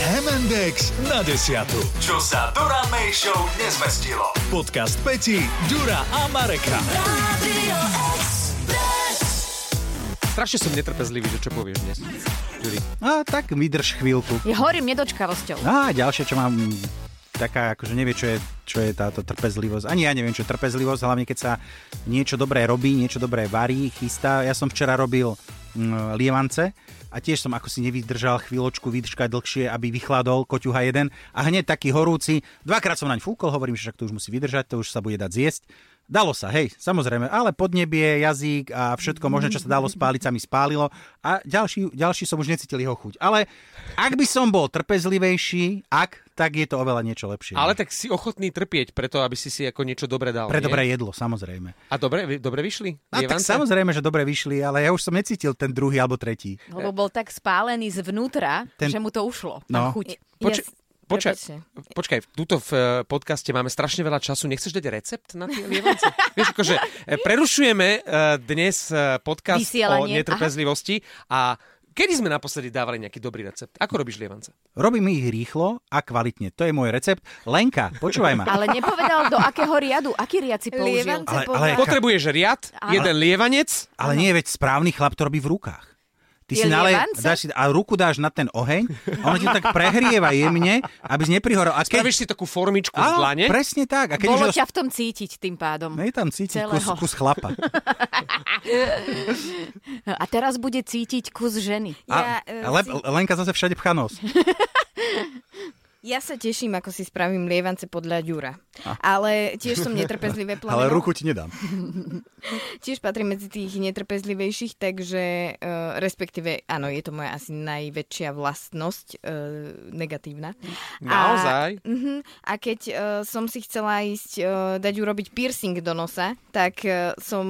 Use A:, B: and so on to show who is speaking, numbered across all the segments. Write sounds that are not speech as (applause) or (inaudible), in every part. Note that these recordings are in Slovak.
A: Index na desiatu. Čo sa Dura May Show nezmestilo. Podcast Peti, Dura a Mareka.
B: Strašne som netrpezlivý, že čo povieš dnes.
C: Mm.
B: Juri.
C: A tak vydrž chvíľku.
D: Ja horím nedočkavosťou.
C: A ďalšia, čo mám taká, akože nevie, čo je, čo je táto trpezlivosť. Ani ja neviem, čo je trpezlivosť, hlavne keď sa niečo dobré robí, niečo dobré varí, chystá. Ja som včera robil mm, lievance a tiež som ako si nevydržal chvíľočku vydržkať dlhšie, aby vychladol koťuha jeden a hneď taký horúci. Dvakrát som naň fúkol, hovorím, že však to už musí vydržať, to už sa bude dať zjesť. Dalo sa, hej, samozrejme, ale podnebie, jazyk a všetko možné, čo sa dalo spáliť, sa mi spálilo a ďalší, ďalší som už necítil jeho chuť. Ale ak by som bol trpezlivejší, ak, tak je to oveľa niečo lepšie.
B: Ale tak si ochotný trpieť preto, aby si si ako niečo dobre dal.
C: Pre
B: nie?
C: dobré jedlo, samozrejme.
B: A dobre, vy- dobre vyšli?
C: A tak
B: Lievance?
C: samozrejme, že dobre vyšli, ale ja už som necítil ten druhý alebo tretí.
D: Lebo bol tak spálený zvnútra,
C: Ten-
D: že mu to ušlo.
C: No.
D: Na chuť.
B: Poč-
D: Ja-
B: počkaj,
D: Prepačte.
B: počkaj, tuto v e, podcaste máme strašne veľa času. Nechceš dať recept na tie lievance?
D: (laughs)
B: Vieš, akože e, prerušujeme e, dnes e, podcast o
D: Vysielanie.
B: netrpezlivosti a kedy sme naposledy dávali nejaký dobrý recept? Ako robíš lievance?
C: Robím ich rýchlo a kvalitne. To je môj recept. Lenka, počúvaj ma.
D: (laughs) Ale nepovedal, do akého riadu, aký riad si
C: Ale-
D: použil.
E: Lievance
C: ale-
E: podľa...
B: Potrebuješ riad,
D: Áno.
B: jeden lievanec,
C: Ale nie, veď správny chlap to robí v rukách. Ty
D: Je
C: si nalej,
D: lievance?
C: dáš si, a ruku dáš na ten oheň a ono ti to tak prehrieva jemne, aby si neprihorol. A keď,
B: spravíš si takú formičku z
C: Áno,
B: dlane.
C: presne tak. A keď
D: Bolo
C: už
D: ťa v tom cítiť tým pádom.
C: No je tam cítiť kus,
D: celého.
C: kus chlapa.
D: A teraz bude cítiť kus ženy.
C: A,
E: Ja, e,
C: le,
E: si-
C: Lenka zase všade pchá nos.
E: ja sa teším, ako si spravím lievance podľa Ďura. Ale tiež som
C: (laughs)
E: netrpezlivé plameno.
C: Ale ruku ti nedám.
E: Tiež patrí medzi tých netrpezlivejších, takže e, respektíve, áno, je to moja asi najväčšia vlastnosť e, negatívna.
B: Naozaj?
E: A, uh-huh, a keď e, som si chcela ísť e, dať urobiť piercing do nosa, tak e, som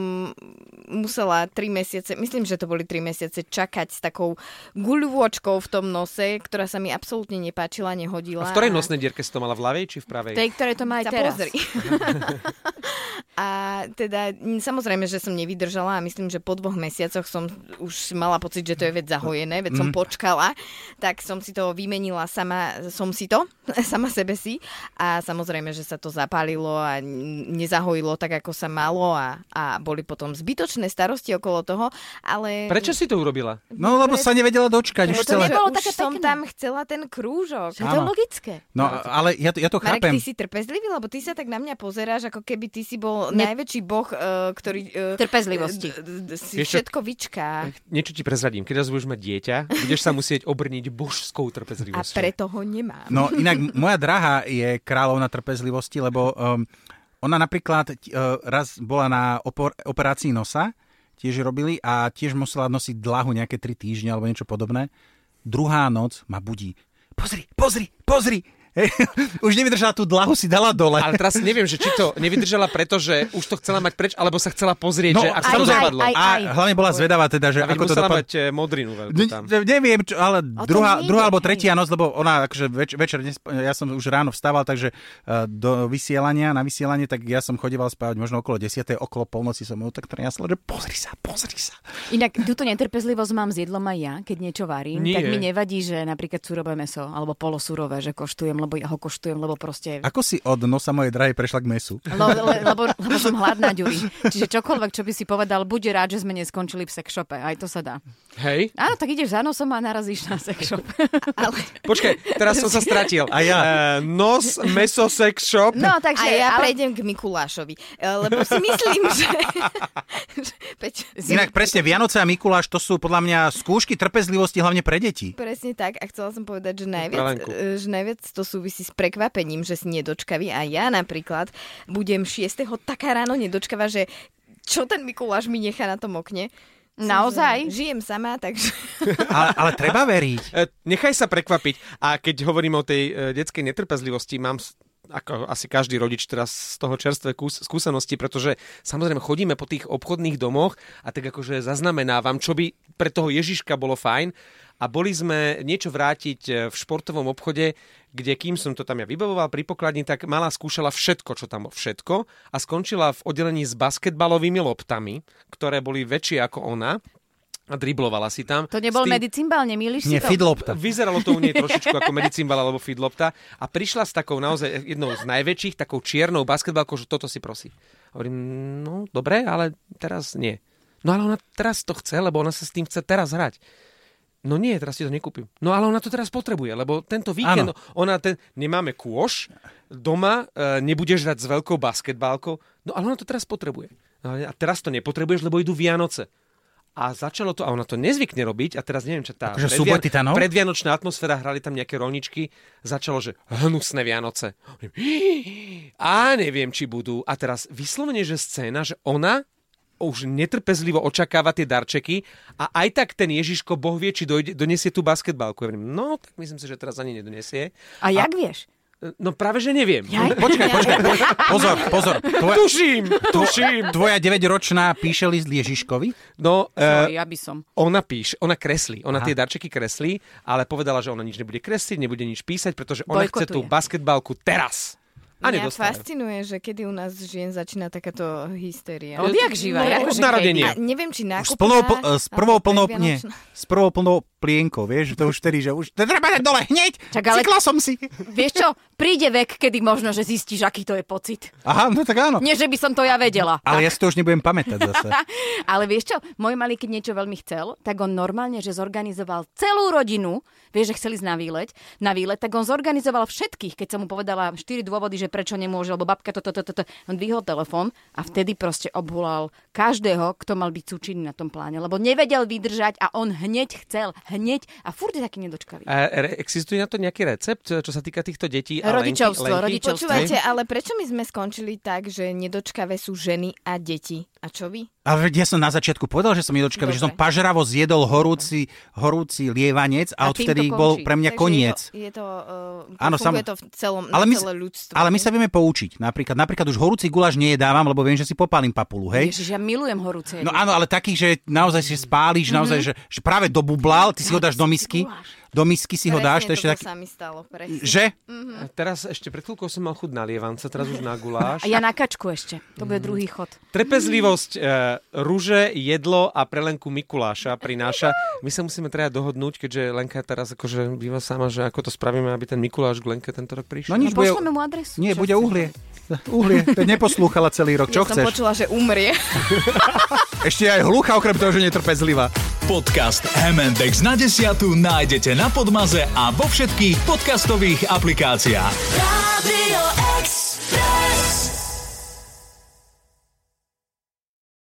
E: musela 3 mesiace, myslím, že to boli 3 mesiace, čakať s takou guľôčkou v tom nose, ktorá sa mi absolútne nepáčila, nehodila.
B: A v ktorej nosnej dierke si to mala? V ľavej či v pravej?
D: Tej, ktoré to má aj
E: Sa
D: teraz.
E: pozri. (laughs) a teda m, samozrejme, že som nevydržala a myslím, že po dvoch mesiacoch som už mala pocit, že to je vec zahojené, veď som počkala, tak som si to vymenila sama, som si to, (laughs) sama sebe si a samozrejme, že sa to zapálilo a n- nezahojilo tak, ako sa malo a, a boli potom zbytočné starosti okolo toho, ale...
B: Prečo si to urobila?
C: No lebo sa nevedela dočkať. Už
D: Lebo to
C: celé.
D: nebolo
E: Už
D: také
E: som
D: pekné.
E: tam chcela ten krúžok.
D: Že je to
C: Áno.
D: logické.
C: No ale ja to, ja to
E: Marek,
C: chápem.
E: ty si trpezlivý, lebo ty sa tak na mňa pozeráš, ako keby ty si bol
D: Ne-
E: najväčší boh, e, ktorý... e,
D: Trpezlivosti.
E: d- d- d- si
B: Vieš čo?
E: všetko vyčká.
B: Niečo ti prezradím. Keď raz budeš mať dieťa, budeš sa musieť obrniť božskou
E: A
B: trpezlivosťou.
E: preto ho nemám.
C: No inak m- moja drahá je kráľovna trpezlivosti, lebo um, ona napríklad t- uh, raz bola na opor- operácii nosa, tiež ju robili a tiež musela nosiť dlahu nejaké 3 týždne alebo niečo podobné. Druhá noc ma budí. Pozri, pozri, pozri. (laughs) Hej, už nevydržala tú dlahu, si dala dole.
B: Ale teraz neviem, že či to nevydržala preto, že už to chcela mať preč, alebo sa chcela pozrieť, že ako
D: No, aj,
B: sa to
D: aj,
B: dopadlo.
D: aj, No,
C: a hlavne bola zvedavá teda,
B: A
C: že
B: veď
C: ako to
B: musela
C: dopadne.
B: mať e, modrinu veľkú tam.
C: Ne, neviem, čo, ale
D: tom
C: druhá,
D: nejde,
C: druhá alebo
D: hej.
C: tretia noc, lebo ona akože več, večer, nesp- ja som už ráno vstával, takže eh, do vysielania, na vysielanie, tak ja som chodieval spávať možno okolo 10, okolo polnoci som ju tak triasla, že pozri sa, pozri sa.
D: Inak túto netrpezlivosť mám s jedlom aj ja, keď niečo varím,
B: Nie.
D: tak mi nevadí, že napríklad surové meso alebo polosurové, že koštujem, lebo ja ho koštujem, lebo proste...
C: Ako si od nosa mojej drahej prešla k mesu?
D: Le, le, lebo, lebo som hladná, Ďuri. Čiže čokoľvek, čo by si povedal, buď rád, že sme neskončili v sexshope. Aj to sa dá.
B: Hej?
D: Áno, tak ideš za nosom a narazíš na sexshop.
E: (laughs) Ale...
B: Počkaj, teraz som sa stratil.
C: A ja.
B: E, nos, meso, sex shop.
D: No,
E: Takže,
D: takže...
E: a ja ale...
D: ale...
E: prejdem k Mikulášovi, e, lebo (laughs) si myslím, že... že- Peť,
C: Inak presne, Vianoce a Mikuláš, to sú podľa mňa skúšky trpezlivosti hlavne pre deti.
E: Presne tak a chcela som povedať, že najviac,
B: Pralenku.
E: e, že najviac to súvisí s prekvapením, že si nedočkavý a ja napríklad budem 6. taká ráno nedočkavá, že čo ten Mikuláš mi nechá na tom okne.
D: Naozaj?
E: Žijem sama, takže...
C: Ale, ale treba veriť.
B: E, Nechaj sa prekvapiť. A keď hovoríme o tej e, detskej netrpezlivosti, mám s- ako asi každý rodič teraz z toho čerstvé kus, skúsenosti, pretože samozrejme chodíme po tých obchodných domoch a tak akože zaznamenávam, čo by pre toho Ježiška bolo fajn. A boli sme niečo vrátiť e, v športovom obchode, kde kým som to tam ja vybavoval pri pokladni, tak mala skúšala všetko, čo tam všetko a skončila v oddelení s basketbalovými loptami, ktoré boli väčšie ako ona. a driblovala si tam.
D: To nebol
B: S tým-
D: medicimbál, nemýliš si
C: Nie,
D: to?
C: fidlopta.
B: Vyzeralo to u nej trošičku ako medicimbala alebo fidlopta a prišla s takou naozaj jednou z najväčších, takou čiernou basketbalkou, že toto si prosí. Hovorím, no dobre, ale teraz nie. No ale ona teraz to chce, lebo ona sa s tým chce teraz hrať. No nie, teraz si to nekúpim. No ale ona to teraz potrebuje, lebo tento víkend,
C: Áno.
B: ona ten, nemáme kôš, doma e, nebudeš hrať s veľkou basketbálkou, no ale ona to teraz potrebuje. No, ale- a teraz to nepotrebuješ, lebo idú Vianoce. A začalo to, a ona to nezvykne robiť, a teraz neviem, čo tá
C: Akože
B: predvia-
C: súbor titanov?
B: predvianočná atmosféra, hrali tam nejaké rolničky, začalo, že hnusné Vianoce. Hovorím, "Hí, A neviem, či budú. A teraz vyslovene, že scéna, že ona už netrpezlivo očakáva tie darčeky a aj tak ten Ježiško, Boh vie, či dojde, donesie tú basketbalku. Ja hovorím, no, tak myslím si, že teraz ani nedonesie.
D: A jak vieš?
B: E, No práve, že neviem.
D: Jaj?
C: Počkaj, počkaj, počkaj. Pozor, pozor. Tvoja,
B: (laughs) Tuším, tuším.
C: (laughs) tvoja 9-ročná píše list Ježiškovi?
B: No,
D: No,
B: e,
D: ja by som.
B: Ona píše, ona kreslí, ona
C: Aha.
B: Aha. tie darčeky kreslí, ale povedala, že ona nič nebude kresliť, nebude nič písať, pretože ona chce tú
D: Bojkotuje.
B: basketbalku teraz. A
E: Mňa
B: nedostane.
E: fascinuje, že kedy u nás žien začína takáto hystéria.
D: Odjak živa?
B: no, od
D: akože
B: narodenia.
E: A neviem, či
C: Už s,
E: nákupná,
C: plnou, pl- e, s prvou
E: alebo
C: plnou, nie,
E: predvianočná.
C: s prvou plnou plienkou, vieš, že to už vtedy, že už to treba dať dole hneď,
D: Čak, ale-
C: cykla som si.
D: Vieš čo? Príde vek, kedy možno, že zistíš, aký to je pocit.
C: Aha, no tak áno.
D: Nie, že by som to ja vedela.
C: Ale ja si to už nebudem pamätať zase.
E: (laughs)
D: Ale vieš čo, môj malý, keď niečo veľmi chcel, tak on normálne, že zorganizoval celú rodinu, vieš, že chceli ísť na výlet, na výlet, tak on zorganizoval všetkých, keď som mu povedala štyri dôvody, že prečo nemôže, lebo babka toto, toto, toto, on vyhol telefón a vtedy proste obhulal každého, kto mal byť súčinný na tom pláne, lebo nevedel vydržať a on hneď chcel, hneď a furt je taký nedočkavý.
B: A re- existuje na to nejaký recept, čo sa týka týchto detí? a
D: Rodičovstvo,
B: lenky- lenky?
D: rodičovstvo.
E: Počúvajte, ale prečo my sme skončili tak, že nedočkavé sú ženy a deti? A čo vy?
C: Ale veď ja som na začiatku povedal, že som jedočkavý, že som
E: Dobre.
C: pažravo zjedol horúci, horúci lievanec a,
D: A
C: odvtedy
D: týmto
C: bol
D: končí.
C: pre mňa
E: Takže
C: koniec.
E: Je to, je to, uh,
C: Áno,
E: áno, funguje
C: samoz-
E: to v celom,
C: ale my,
E: na
C: sa-
E: celé ľudstvo.
C: ale my sa vieme poučiť. Napríklad, napríklad už horúci guláš nejedávam, lebo viem, že si popálim papulu, hej?
D: Ježiš, ja milujem horúce.
C: No
D: jedlo.
C: áno, ale taký, že naozaj si spáliš, naozaj, že, že práve dobublal, ty si ho dáš do misky, do misky si ho dáš, to je ešte
E: toto
C: taký,
E: sa mi stalo, presne.
C: že?
B: A Teraz ešte pred chvíľkou som mal chuť na lievance, teraz
D: (laughs)
B: už na guláš.
D: Mhm. A ja na kačku ešte, to
C: Mm.
D: bude druhý chod.
B: Trpezlivosť, e, ruže, jedlo a prelenku Mikuláša prináša. My sa musíme teda dohodnúť, keďže Lenka teraz akože býva sama, že ako to spravíme, aby ten Mikuláš k Lenke tento rok prišiel.
C: No nič,
D: A
C: bude,
D: pošleme mu adresu.
C: nie,
D: čo
C: bude
D: chce.
C: uhlie. Uhlie, to neposlúchala celý rok, čo
E: ja som
C: chceš?
E: počula, že umrie.
C: Ešte aj hlucha, okrem toho, že netrpezlivá.
A: Podcast Hemendex na desiatu nájdete na Podmaze a vo všetkých podcastových aplikáciách.
F: Radio X